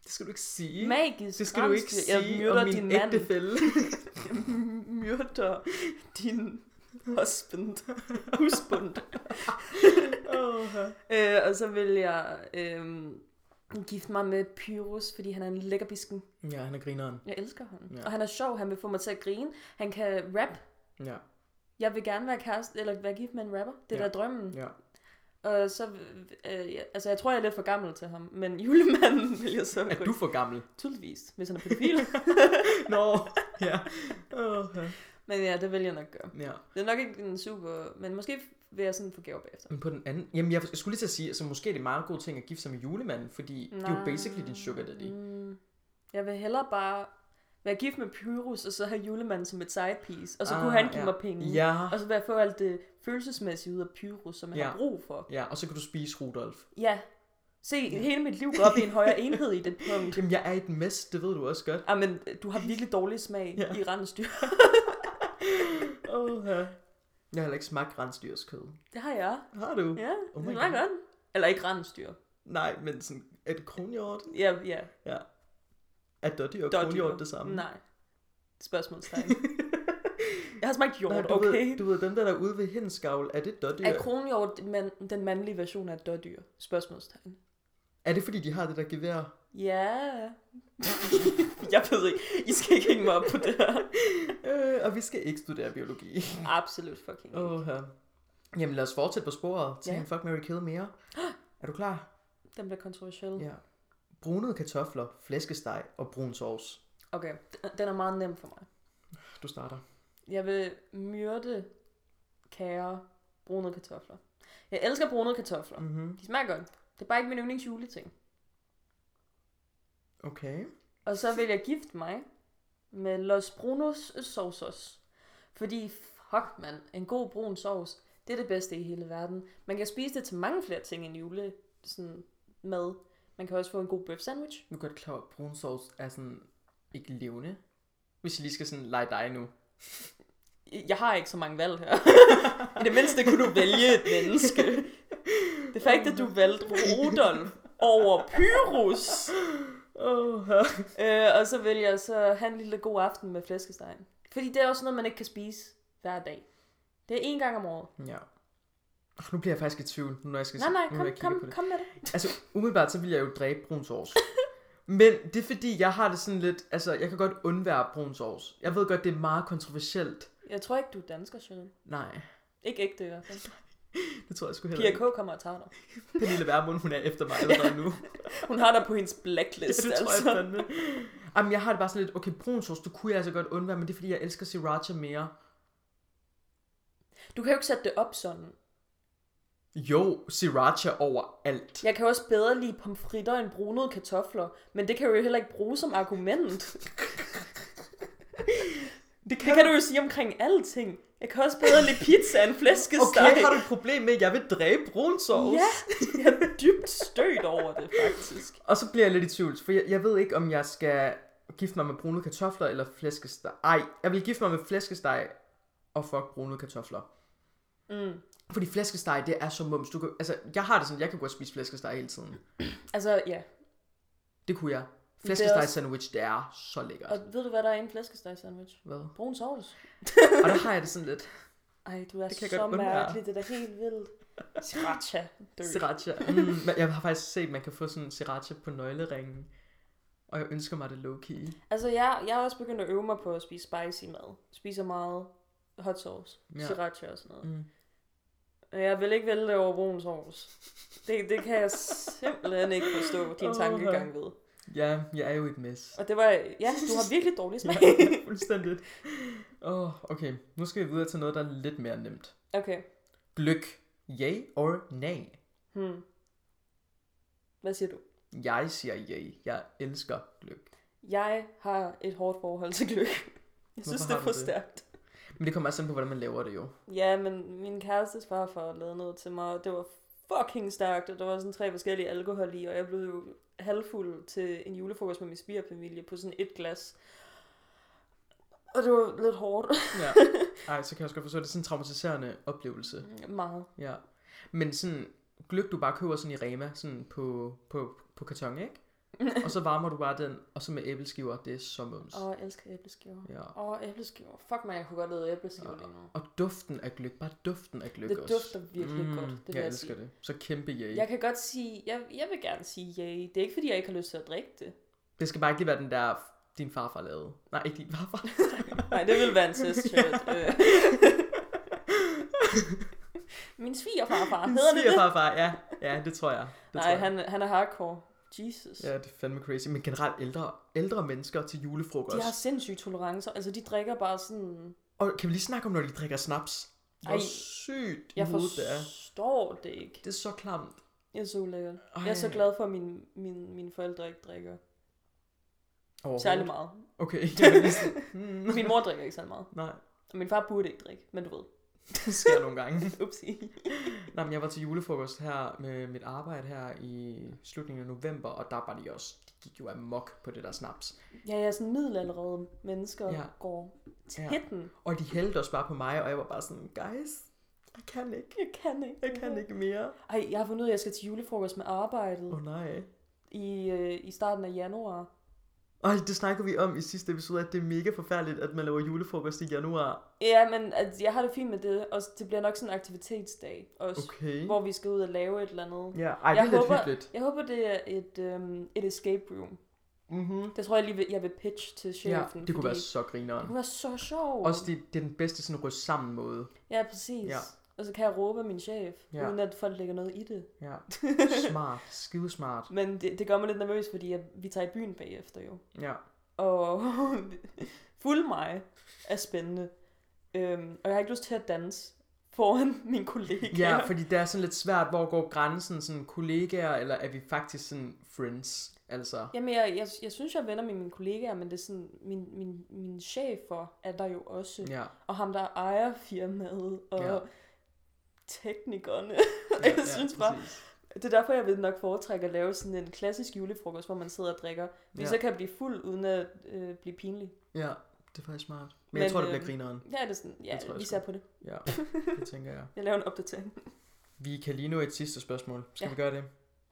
S2: Det skal du ikke sige.
S1: Magisk
S2: det skal du ikke
S1: rensdyr. Jeg
S2: sige
S1: myrder
S2: om min
S1: din mand.
S2: ægtefælde.
S1: Jeg myrder din husband. Husbund.
S2: Åh,
S1: øh, og så vil jeg øh, gifte mig med Pyrus, fordi han er en lækker bisken.
S2: ja, han er grineren.
S1: Jeg elsker ham.
S2: Ja.
S1: Ja. Og han er sjov, han vil få mig til at grine. Han kan rap.
S2: Ja,
S1: Jeg vil gerne være kæreste, eller være gift med en rapper. Det er
S2: Ja.
S1: ja. der drømmen.
S2: ja.
S1: Og så, øh, ja, altså jeg tror, jeg er lidt for gammel til ham, men julemanden vil jeg så
S2: Er du for gammel?
S1: tydeligvis, hvis han er pædofil.
S2: Nå, ja. Åh, ja.
S1: men ja, det vil jeg nok gøre.
S2: ja.
S1: Det er nok ikke en super, men måske vil jeg sådan få gaver bagefter.
S2: Men på den anden... Jamen, jeg skulle lige til at sige, altså måske er det en meget god ting at gifte sig med julemanden, fordi Nej. det er jo
S1: Nej.
S2: basically din sugar daddy.
S1: Mm, jeg vil hellere bare være gift med Pyrus, og så have julemanden som et side piece, og så ah, kunne
S2: Ah,
S1: han give
S2: ja.
S1: mig penge.
S2: Ja.
S1: Og så vil jeg få alt det følelsesmæssige ud af Pyrus, som jeg
S2: Ja.
S1: ja. har brug for.
S2: Ja, og så kan du spise Rudolf.
S1: Ja. Se, hele mit liv går op i en højere enhed i det punkt.
S2: Jamen, jeg er et mess, det ved du også godt.
S1: Ah, men du har virkelig dårlig smag
S2: Ja.
S1: ja. i rensdyr.
S2: Åh, ja. Jeg har heller ikke smagt rensdyrskød.
S1: Det har jeg.
S2: Har du?
S1: Ja,
S2: Oh
S1: oh
S2: my
S1: det smager godt. Eller ikke rensdyr.
S2: Nej, men sådan, er det kronhjort?
S1: Ja, ja.
S2: Ja. Er dodgy og
S1: dådyr.
S2: kronhjort det samme?
S1: Nej. Spørgsmålstegn. jeg har smagt
S2: Nej,
S1: hjort,
S2: du,
S1: okay?
S2: ved, du ved, den der der er ude ved henskavl, er det dårdyr?
S1: Er kronhjort man, den mandlige version af et dårdyr? Spørgsmålstegn.
S2: Er det fordi, de har det der gevær?
S1: Ja. jeg ved ikke. I skal ikke hænge mig op på det her.
S2: Øh, og vi skal ikke studere biologi.
S1: Absolut fucking. ikke.
S2: Åh, her. Jamen lad os fortsætte på sporet til
S1: Ja.
S2: ja. Fuck, Mary Kill mere. Er du klar?
S1: Den bliver kontroversiel.
S2: Ja. Brunede kartofler, flæskesteg og brun sovs.
S1: Okay, d- den er meget nem for mig.
S2: Du starter.
S1: Jeg vil myrde, kære, brunede kartofler. Jeg elsker brunede kartofler.
S2: Mm-hmm.
S1: De smager godt. Det er bare ikke min yndlingsjuleting.
S2: Okay.
S1: Og så vil jeg gifte mig med Los Brunos sovsos. Fordi fuck mand, en god brun sovs, det er det bedste i hele verden. Man kan spise det til mange flere ting end jule sådan mad. Man kan også få en god bøf sandwich.
S2: Nu er jeg godt klar, over, at brun sovs er sådan ikke levende. Hvis jeg lige skal sådan lege dig nu.
S1: Jeg har ikke så mange valg her. I det mindste kunne du vælge et menneske. Det faktum, at du valgte Rudolf over Pyrus.
S2: Oh,
S1: Øh, og så vil jeg så have en lille god aften med flæskesteg. Fordi det er også noget, man ikke kan spise hver dag. Det er én gang om året.
S2: ja. Oh, nu bliver jeg faktisk i tvivl, nu når jeg skal
S1: Nej, nej,
S2: nu, når
S1: kom,
S2: jeg kigger på
S1: kom,
S2: det.
S1: kom med det.
S2: Altså, umiddelbart så vil jeg jo dræbe brun sovs. Men det er fordi, jeg har det sådan lidt... Altså, jeg kan godt undvære brun sovs. Jeg ved godt, det er meget kontroversielt.
S1: Jeg tror ikke, du er dansker, Sjøen.
S2: Nej,
S1: Ikke ægte i hvert fald.
S2: det tror jeg sgu heller
S1: Pia
S2: ikke.
S1: K. kommer og tager dig.
S2: Pernille Vermund, hun er efter mig allerede nu.
S1: Hun har dig på hendes blacklist,
S2: det tror jeg
S1: altså.
S2: fandme. Jamen, jeg har det bare sådan lidt, okay, brun sovs, du kunne jeg altså godt undvære, men det er fordi, jeg elsker sriracha mere.
S1: Du kan jo ikke sætte det op sådan.
S2: Jo, sriracha over alt.
S1: Jeg kan jo også bedre lide pomfritter end brunede kartofler, men det kan du jo heller ikke bruge som argument.
S2: Det
S1: Det kan du jo sige omkring alting. Jeg kan også bedre lide pizza end flæskesteg.
S2: Okay, har du et problem med, at jeg vil dræbe brun sovs?
S1: Ja, jeg er dybt stødt over det, faktisk.
S2: Og så bliver jeg lidt i tvivl, for jeg, jeg ved ikke, om jeg skal gifte mig med brune kartofler eller flæskesteg. Ej, jeg vil gifte mig med flæskesteg og fuck brune kartofler.
S1: Mm.
S2: Fordi flæskesteg, det er så mums. Du kan, altså, jeg har det sådan, jeg kan godt spise flæskesteg hele tiden.
S1: Altså, ja.
S2: Det kunne jeg.
S1: er også-
S2: Flæskesteg sandwich, det er så lækkert.
S1: Og ved du, hvad der er i en flæskesteg sandwich?
S2: Hvad?
S1: Brun sovs.
S2: Og der har jeg det sådan lidt.
S1: Ej, du er
S2: Det kan jeg
S1: så
S2: godt undvære.
S1: mærkelig. Det er da helt vildt. Sriracha. Død.
S2: Sriracha. Mm, men jeg har faktisk set, at man kan få sådan en sriracha på nøgleringen. Og jeg ønsker mig det low-key.
S1: Altså, jeg, jeg er også begyndt at øve mig på at spise spicy mad. Spiser meget hot sauce, ja.
S2: Ja.
S1: sriracha og sådan noget.
S2: Mm.
S1: Jeg vil ikke vælge det over brun sovs. Det, det kan jeg simpelthen ikke forstå, din
S2: Åh,
S1: tankegang ved.
S2: Ja, jeg er jo et mess.
S1: Og det var, ja, du har virkelig dårlig smag.
S2: Ja, fuldstændigt. Åh, oh, okay. Nu skal vi videre til noget, der er lidt mere nemt.
S1: Okay.
S2: Gløk. Yay or nej?
S1: Hmm. Hvad siger du?
S2: Jeg siger yay. Jeg elsker gløk.
S1: Jeg har et hårdt forhold til gløk. Jeg synes,
S2: Hvorfor
S1: det er
S2: har
S1: for
S2: du det?
S1: stærkt.
S2: Men det kommer også an på, hvordan man laver det jo.
S1: Ja, men min kærestes farfar lavede noget til mig, og det var fucking stærkt, og der var sådan tre forskellige alkohol i, og jeg blev jo halvfuld til en julefrokost med min svigerfamilie på sådan et glas. Og det var lidt hårdt.
S2: Ja. Ej, så kan jeg også godt forstå, at det er sådan en traumatiserende oplevelse.
S1: Meget.
S2: Ja. Men sådan, gløk du bare køber sådan i Rema, sådan på, på, på karton, ikke? og så varmer du bare den, og så med æbleskiver, det er så mums.
S1: Åh, jeg elsker æbleskiver.
S2: Ja.
S1: Åh, æbleskiver. Fuck man, jeg kunne godt lide æbleskiver lige nu.
S2: Og duften af gløk, bare duften af gløk
S1: Det
S2: også. Mm,
S1: dufter virkelig godt, det vil
S2: jeg
S1: jeg
S2: elsker det. Så kæmpe yay.
S1: Jeg kan godt sige, jeg, jeg vil gerne sige ja. Det er ikke, fordi jeg ikke har lyst til at drikke det.
S2: Det skal bare ikke lige være den der, din farfar lavede. Nej, ikke din farfar.
S1: Nej, det ville være en test-shirt. Øh. Min svigerfarfar,
S2: Din
S1: hedder det det?
S2: svigerfarfar, ja. Ja, det tror jeg. Det tror
S1: Nej,
S2: jeg.
S1: han, han er hardcore. Jesus.
S2: Ja, det er fandme crazy. Men generelt ældre, ældre mennesker til julefrokost.
S1: De har sindssyge tolerancer. Altså, de drikker bare sådan...
S2: Og kan vi lige snakke om, når de drikker snaps? Hvor
S1: Ej,
S2: sygt i
S1: Jeg
S2: hovedet det er.
S1: forstår det ikke.
S2: Det er så klamt.
S1: Jeg er så ulækkert.
S2: Ej.
S1: Jeg er så glad for, at mine, mine, mine forældre ikke drikker.
S2: Overhovedet.
S1: Særlig meget.
S2: Okay, jeg vil lige sådan, hmm,
S1: Min mor drikker ikke særlig meget.
S2: Nej,
S1: Og min far burde ikke drikke, men du ved.
S2: det sker nogle gange.
S1: Upsi.
S2: Nej, men jeg var til julefrokost her med mit arbejde her i slutningen af november, og der var de også, de gik jo amok på det der snaps.
S1: Ja, jeg er sådan middelalderede mennesker, ja.
S2: Ja.
S1: går til
S2: Ja.
S1: hitten.
S2: Og de hældte også bare på mig, og jeg var bare sådan, guys, jeg kan ikke,
S1: Jeg kan ikke.
S2: jeg kan ikke mere.
S1: Ej, jeg har fundet ud af, at jeg skal til julefrokost med arbejdet
S2: Åh oh, nej.
S1: i, øh, i starten af januar.
S2: Og det snakker vi om i sidste episode, at det er mega forfærdeligt, at man laver julefrokost i januar.
S1: Ja, men altså, jeg har det fint med det, og det bliver nok sådan en aktivitetsdag også, okay.
S2: Okay.
S1: hvor vi skal ud og lave et eller andet.
S2: Ja, ej, det
S1: Jeg
S2: er lidt
S1: håber-
S2: hyggeligt.
S1: Jeg håber, det er et, øhm, et escape room.
S2: Mm-hmm.
S1: Det tror jeg lige, vil, jeg vil pitch til
S2: Ja,
S1: chefen.
S2: det kunne
S1: Mhm. fordi
S2: være så grineren.
S1: det kunne være så sjovt.
S2: Også det, det er den bedste sådan ryst sammen måde.
S1: Ja, præcis.
S2: Ja.
S1: Ja. Og så kan jeg råbe af min chef,
S2: Ja.
S1: ja. uden at folk lægger noget i det.
S2: Ja. Smart. Skide smart.
S1: Men det, det gør mig lidt nervøs, fordi jeg, vi tager i byen bagefter jo.
S2: Ja.
S1: Og fuld mig er spændende. Øhm, og jeg har ikke lyst til at danse foran mine kollegaer.
S2: ja, fordi det er sådan lidt svært, hvor går grænsen sådan kollegaer, eller er vi faktisk sådan friends? Altså,
S1: Jamen, jeg, jeg, jeg synes, jeg er venner med mine kollegaer, men det er sådan, min, min, min chef for er der jo også.
S2: ja.
S1: Og ham, der ejer firmaet, og
S2: Ja.
S1: ja. teknikerne.
S2: ja
S1: jeg ja, synes bare,
S2: præcis.
S1: det er derfor, jeg vil nok foretrække at lave sådan en klassisk julefrokost, hvor man sidder og drikker. Fordi
S2: Ja.
S1: ja. så kan jeg blive fuld, uden at øh, blive pinlig.
S2: Ja, det er faktisk smart. Men, Men jeg
S1: Men,
S2: tror, det bliver
S1: øhm,
S2: grineren.
S1: Ja, det er sådan, ja,
S2: Det tror jeg
S1: vi
S2: sgu.
S1: ser på det.
S2: Ja, det tænker jeg.
S1: Jeg laver en opdatering.
S2: Vi kan lige nå et sidste spørgsmål. Skal ja.
S1: Ja.
S2: vi gøre det?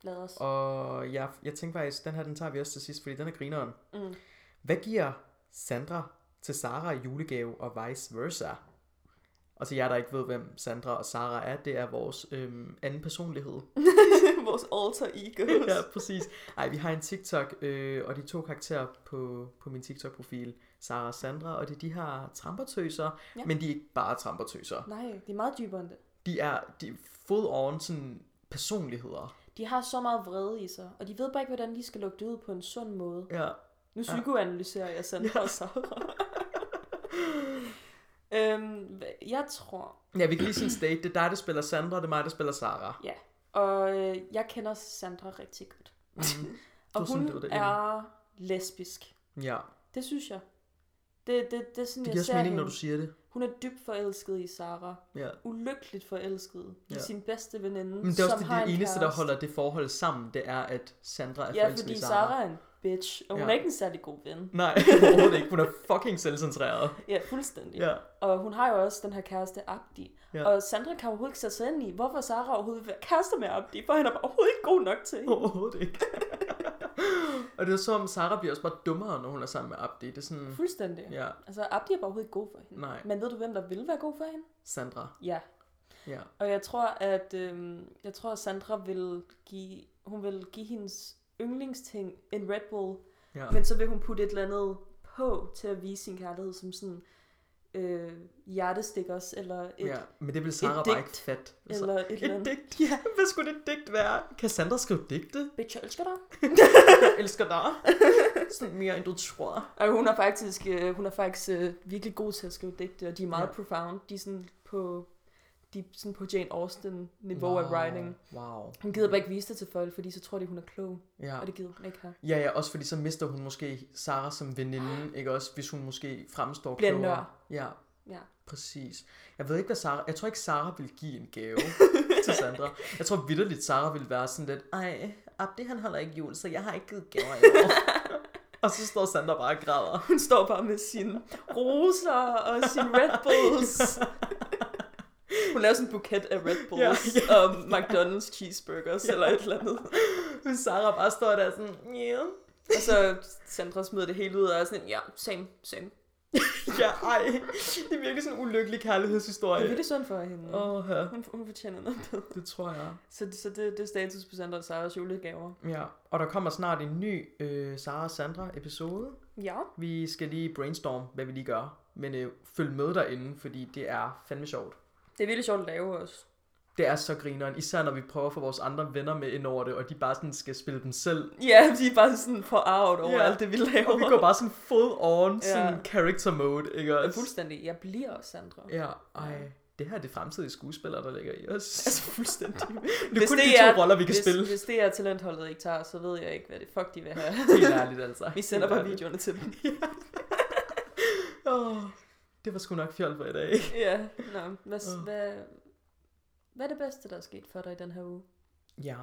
S1: Lad os.
S2: Og jeg, jeg tænker faktisk, den her, den tager vi også til sidst, fordi den er grineren.
S1: Mm.
S2: Hvad giver Sandra til Sara i julegave og vice versa? Og til jer, der ikke ved, hvem Sandra og Sara er, det er vores øhm, anden personlighed.
S1: Vores alter egos.
S2: ja, præcis. Ej, vi har en TikTok, øh, og de to karakterer på, på min TikTok-profil, Sara og Sandra, og det er de her trampertøser, ja.
S1: Ja.
S2: men de er ikke bare trampertøser.
S1: Nej, de er meget dybere end det.
S2: De er, de er full on sådan personligheder.
S1: De har så meget vrede i sig, og de ved bare ikke, hvordan de skal lukke det ud på en sund måde.
S2: Ja,
S1: Nu psykoanalyserer jeg Sandra og Sara. øhm, hva- jeg tror,
S2: ja vi kan lige sådan state, det er dig, der spiller Sandra, det er mig, der spiller Sara.
S1: ja. Og øh, jeg kender Sandra rigtig godt.
S2: Mhm.
S1: Og
S2: var sådan,
S1: hun
S2: det var derinde.
S1: er lesbisk.
S2: Ja,
S1: Det synes jeg. Det, det, det er sådan,
S2: det giver
S1: jeg
S2: også
S1: ser
S2: mening, når
S1: hende.
S2: du siger det.
S1: Hun er dybt forelsket i Sara.
S2: Ja.
S1: Ulykkeligt forelsket i
S2: Ja.
S1: sin bedste veninde,
S2: Men det er også
S1: som
S2: det,
S1: har en
S2: det eneste, der
S1: kæreste.
S2: holder det forhold sammen, det er, at Sandra er
S1: Ja,
S2: forelsket
S1: fordi
S2: i Sara.
S1: Sara er en bitch, og hun
S2: Ja.
S1: er ikke en særlig god ven.
S2: Nej, overhovedet ikke. Hun er fucking selvcentreret.
S1: Ja, fuldstændig.
S2: Ja,
S1: Og hun har jo også den her kæreste, Abdi.
S2: Ja.
S1: Ja. Og Sandra kan overhovedet ikke sætte sig ind i, hvorfor Sara overhovedet vil være kærester med Abdi, for han er bare overhovedet ikke god nok til. hende.
S2: overhovedet ikke. og det er som, Sara bliver også bare dummere, når hun er sammen med Abdi. Det er sådan,
S1: Fuldstændig. Ja.
S2: ja,
S1: Altså, Abdi er bare overhovedet ikke god for hende.
S2: Nej.
S1: Men ved du, hvem der ville være god for hende?
S2: Sandra.
S1: Ja.
S2: Ja,
S1: Og jeg tror, at øhm, jeg tror, at Sandra vil give, hun vil give hendes yndlingsting en Red Bull,
S2: ja.
S1: men så vil hun putte et eller andet på til at vise sin kærlighed som sådan øh, hjertestikkers, eller et,
S2: ja. Men det vil Sara
S1: et
S2: bare
S1: digt.
S2: ikke fat. Altså,
S1: eller et,
S2: et
S1: eller andet.
S2: digt? Ja. Hvad skulle det digt være? Kan Sandra skrive digte?
S1: Bitch, jeg elsker dig.
S2: Jeg elsker dig. sådan mere, end du tror.
S1: Og hun er faktisk, øh, hun er faktisk øh, virkelig god til at skrive digte, og de er meget
S2: Ja.
S1: ja. profound. De er sådan på, de er sådan på Jane Austen-niveau wow. af writing.
S2: Wow.
S1: Hun gider bare ikke vise det til folk, fordi så tror de, hun er klog,
S2: Ja.
S1: og det gider hun ikke have.
S2: Ja, ja, også fordi så mister hun måske Sara som veninde, ikke også? Hvis hun måske fremstår
S1: Bliver
S2: klogere.
S1: nør.
S2: Ja,
S1: Ja.
S2: præcis. Jeg ved ikke, hvad Sara... Jeg tror ikke, Sara vil give en gave til Sandra. Jeg tror vidderligt, Sara vil være sådan lidt, ej, Abdi han holder ikke jul, så jeg har ikke givet gaver i år. og så står Sandra bare og græder.
S1: Hun står bare med sine roser og sine Red Bulls. Hun laver sådan en buket af Red Bulls
S2: Ja,
S1: ja, ja, og McDonald's cheeseburgers ja. eller et eller andet.
S2: Men Sara bare står der sådan, yeah.
S1: Og så Sandra smider det hele ud og er sådan, ja, same, same.
S2: ja, ej. Det er virkelig sådan en ulykkelig
S1: Det er
S2: kærlighedshistorie.
S1: virkelig synd for hende.
S2: Åh, ja,
S1: Hun, hun fortjener noget bedre.
S2: det tror jeg.
S1: Så, så det, det er status på Sandra og Saras julegaver.
S2: Ja, og der kommer snart en ny øh, Sara og Sandra episode.
S1: Ja.
S2: Vi skal lige brainstorme, hvad vi lige gør. Men øh, følg med derinde, fordi det er fandme sjovt.
S1: Det er virkelig sjovt at lave også.
S2: Det er så grineren, især når vi prøver at få vores andre venner med ind over det, og de bare sådan skal spille dem selv.
S1: Ja, de er bare sådan forarvet over
S2: Ja.
S1: ja. alt det, vi laver.
S2: Og vi går bare sådan full on,
S1: Ja.
S2: sådan character mode, ikke
S1: ja,
S2: også?
S1: fuldstændig. Jeg bliver også Sandra.
S2: Ja, ej. Det her er det fremtidige skuespillere, der ligger i os.
S1: Altså fuldstændig.
S2: Det er kun de to roller, vi kan
S1: hvis,
S2: spille.
S1: Hvis det er talentholdet ikke tager, så ved jeg ikke, hvad det fuck de vil have.
S2: Helt ærligt altså.
S1: Vi sender
S2: Helt
S1: bare
S2: ærligt.
S1: videoerne til dem.
S2: Åh, det var sgu nok fjol for i dag.
S1: ja, nå. Hvad,
S2: Åh.
S1: oh. hvad, hvad er det bedste, der er sket for dig i den her uge?
S2: Ja,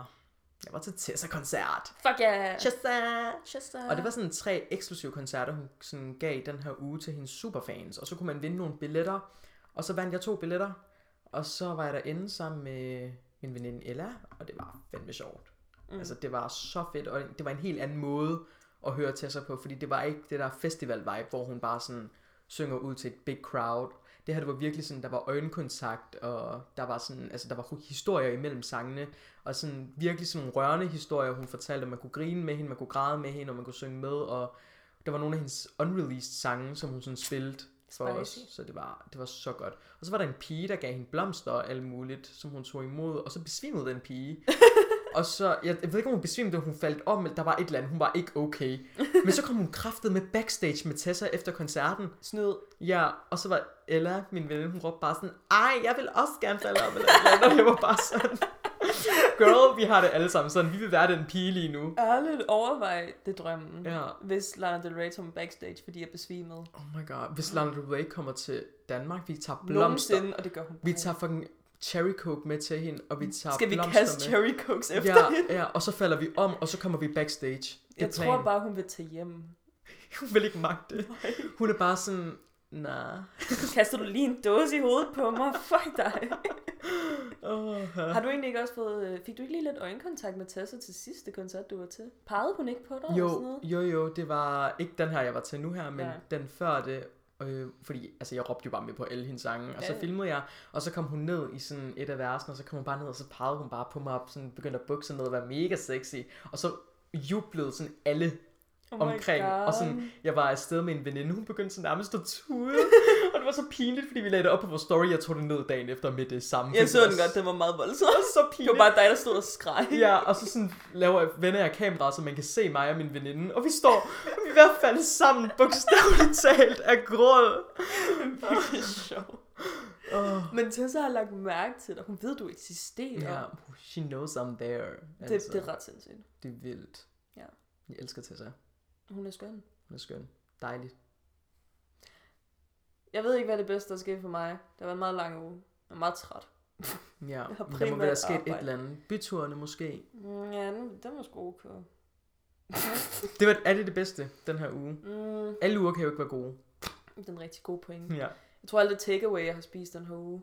S2: jeg var til Tessa-koncert.
S1: Fuck yeah!
S2: Shazam!
S1: Shazam!
S2: Og det var sådan tre eksklusive koncerter, hun sådan gav den her uge til hendes superfans. Og så kunne man vinde nogle billetter. Og så vandt jeg to billetter. Og så var jeg derinde sammen med min veninde Ella. Og det var fandme sjovt. Mm.
S1: Mm.
S2: Altså det var så fedt. Og det var en helt anden måde at høre til sig på, fordi det var ikke det der festival-vibe, hvor hun bare sådan synger ud til et big crowd. Det her, det var virkelig sådan, der var øjenkontakt, og der var sådan, altså der var historier imellem sangene, og sådan virkelig sådan nogle rørende historier, hun fortalte, at man kunne grine med hende, man kunne græde med hende, og man kunne synge med, og der var nogle af hendes unreleased sange, som hun sådan spillede for os,
S1: Spicy.
S2: så det var, det var så godt. Og så var der en pige, der gav hende blomster og alt muligt, som hun tog imod, og så besvimede den pige. og så, jeg, jeg ved ikke, om hun besvimede, hun faldt om, eller der var et eller andet, hun var ikke okay. Men så kom hun kraftet med backstage med Tessa efter koncerten.
S1: Snyd.
S2: Ja, og så var Ella, min veninde, hun råbte bare sådan, ej, jeg vil også gerne falde om, eller, et eller andet. og jeg var bare sådan, girl, vi har det alle sammen sådan, vi vil være den pige lige nu.
S1: Ærligt overvej det drømmen.
S2: Ja,
S1: Hvis Lana Del Rey tog mig backstage, fordi jeg besvimede.
S2: oh my god, hvis Lana Del Rey kommer til Danmark, vi tager blomster,
S1: Nogensinde, og det gør hun.
S2: vi tager fucking cherry coke med til hende, og vi tager
S1: Skal vi
S2: blomster
S1: kaste
S2: med.
S1: cherry cokes efter
S2: ja,
S1: hende?
S2: ja, og så falder vi om, og så kommer vi backstage. Det
S1: Jeg
S2: er
S1: tror
S2: planen.
S1: bare, hun vil tage hjem.
S2: Hun vil ikke magte det. Hun er bare sådan, nej.
S1: Kaster du lige en dåse i hovedet på mig? Fuck dig.
S2: Oh,
S1: Har du egentlig ikke også fået... øh, Fik du ikke lige lidt øjenkontakt med Tessa til sidste koncert, du var til? Pegede hun ikke på dig? eller sådan
S2: Jo,
S1: noget?
S2: jo, jo, det var ikke den her, jeg var til nu her, men
S1: Nej.
S2: den før det, øh, fordi altså, jeg råbte jo bare med på alle hendes sange, og så
S1: Ja, ja.
S2: filmede jeg, og så kom hun ned i sådan et af versene, og så kom hun bare ned, og så pegede hun bare på mig op, sådan begyndte at bukke sig ned og være mega sexy, og så jublede sådan alle
S1: Oh my
S2: omkring,
S1: God.
S2: og sådan, jeg var afsted med en veninde, hun begyndte så nærmest at tude, og det var så pinligt, fordi vi lagde det op på vores story, jeg tog det ned dagen efter med det samme.
S1: Jeg så
S2: fordi
S1: den
S2: var
S1: godt, den var meget voldsom.
S2: så- så
S1: Det
S2: pinligt.
S1: var bare dig, der stod og skreg.
S2: Ja, og så sådan laver jeg, vender jeg kameraet, så man kan se mig og min veninde. Og vi står i hvert fald sammen, bogstaveligt talt, af gråd.
S1: Det er sjovt.
S2: Oh.
S1: Men Tessa har lagt mærke til dig. Hun ved, du eksisterer.
S2: Ja, she knows I'm there. altså.
S1: det, det er ret sindssygt.
S2: det er vildt.
S1: Ja.
S2: Jeg elsker Tessa.
S1: Hun er skøn.
S2: Hun er skøn. Dejligt.
S1: Jeg ved ikke, hvad det bedste, der skete for mig. Det har været en meget lang uge. Jeg er meget træt.
S2: Ja,
S1: har
S2: der må
S1: primært
S2: være sket et
S1: arbejde.
S2: eller andet. Byturene måske.
S1: Mm, Ja, den, den var sgu okay.
S2: Det var, er det det bedste den her uge?
S1: Mm,
S2: Alle uger kan jo ikke være gode.
S1: den er en rigtig god pointe.
S2: Ja.
S1: Jeg tror, alt det takeaway, jeg har spist den her uge.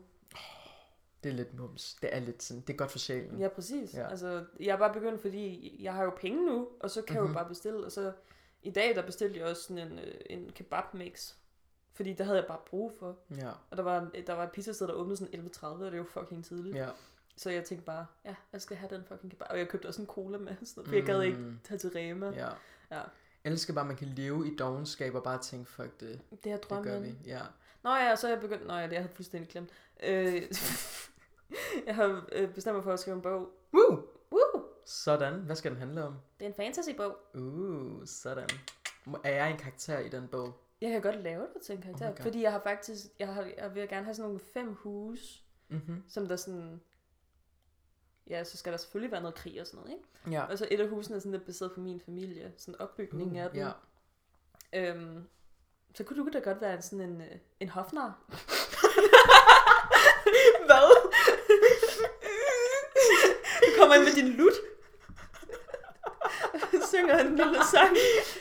S2: Det er lidt mums. Det er lidt sådan, det er godt for sjælen.
S1: Ja, præcis.
S2: Mm. Ja.
S1: Ja. Altså, jeg er bare begyndt, fordi jeg har jo penge nu, og så kan mm-hmm. jeg
S2: Mhm.
S1: jo bare bestille. Og så i dag, der bestilte jeg også sådan en, øh, en kebabmix. Fordi der havde jeg bare brug for.
S2: Ja.
S1: Og der var, der var et pizzasted, der åbnede sådan 11.30, og det var fucking tidligt.
S2: ja.
S1: Så jeg tænkte bare, ja, jeg skal have den fucking kebab. Og jeg købte også en cola med, og sådan noget, for jeg gad ikke
S2: Mm.
S1: tage til Rema. Ja.
S2: Ja.
S1: Ja.
S2: Jeg elsker bare, at man kan leve i dogenskab og bare tænke, fuck det,
S1: Det er
S2: det gør
S1: drømmen.
S2: vi. Ja.
S1: Nå ja, så er jeg begyndt... Nå ja, det havde jeg fuldstændig glemt. Øh, jeg har øh, bestemt mig for at skrive en bog.
S2: Woo!
S1: Woo!
S2: Sådan. Hvad skal den handle om?
S1: Det er en fantasybog.
S2: Uh, sådan. Må- Er jeg en karakter i den bog?
S1: Jeg kan godt lave det til en
S2: Oh
S1: karakter,
S2: my God.
S1: oh fordi jeg har faktisk... Jeg, har, jeg vil gerne have sådan nogle fem huse,
S2: Mhm.
S1: som der sådan... Ja, så skal der selvfølgelig være noget krig og sådan noget, ikke?
S2: Ja.
S1: Og så et af husene er sådan lidt baseret på min familie. Sådan opbygningen af
S2: Uh,
S1: den.
S2: ja.
S1: Øhm, så kunne du da godt være sådan en, øh, en hofnar. Hvad? du kommer ind med din lut. Synger en lille sang.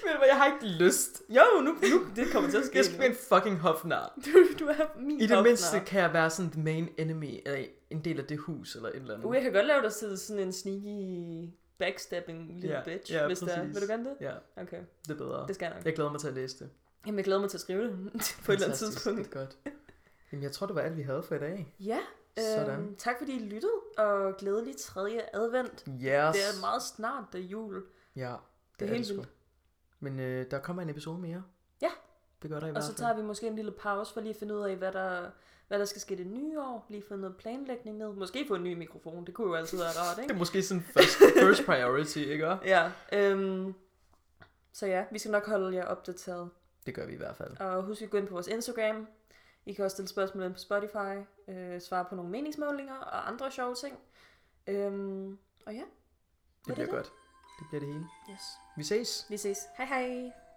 S2: Men jeg har ikke lyst.
S1: Jo, nu, nu det kommer til at ske.
S2: Jeg skal
S1: nu.
S2: være en fucking hofnar.
S1: Du, du er min
S2: I det
S1: hofnar.
S2: mindste kan jeg være sådan the main enemy, eller en del af det hus, eller et eller andet.
S1: Uh, jeg kan godt lave dig til sådan en sneaky backstabbing lille
S2: Ja,
S1: bitch,
S2: ja,
S1: hvis der er.
S2: præcis.
S1: Vil du gerne det?
S2: Ja,
S1: Okay,
S2: det er bedre.
S1: det skal jeg nok.
S2: Jeg glæder mig til at læse det.
S1: Jamen, jeg glæder mig til at skrive det på et eller andet
S2: Fantastisk.
S1: tidspunkt.
S2: Det er godt. Jamen, jeg tror, det var alt, vi havde for i dag.
S1: Ja,
S2: Sådan.
S1: Øhm, tak fordi I lyttede, og glædelig tredje advent.
S2: Yes.
S1: Det er meget snart, det er jul.
S2: Ja, det,
S1: Det er
S2: er,
S1: helt
S2: det sgu.
S1: vildt.
S2: Men øh, der kommer en episode mere.
S1: Ja.
S2: Det gør der i
S1: Og
S2: hvert
S1: så
S2: fald.
S1: tager vi måske en lille pause for lige at finde ud af, hvad der, hvad der skal ske det nye år. Lige få noget planlægning ned. Måske få en ny mikrofon, det kunne jo altid være rart,
S2: Det
S1: ikke?
S2: er måske sådan first, first priority, ikke? også?
S1: Ja, øhm, så ja, vi skal nok holde jer opdateret.
S2: Det gør vi i hvert fald.
S1: Og husk at gå ind på vores Instagram. I kan også stille spørgsmål ind på Spotify, øh, svare på nogle meningsmålinger og andre sjove ting. Øhm, og ja,
S2: Det
S1: Var det
S2: bliver
S1: det?
S2: godt. Det bliver det hele.
S1: yes.
S2: Vi ses.
S1: vi ses. Hej hej!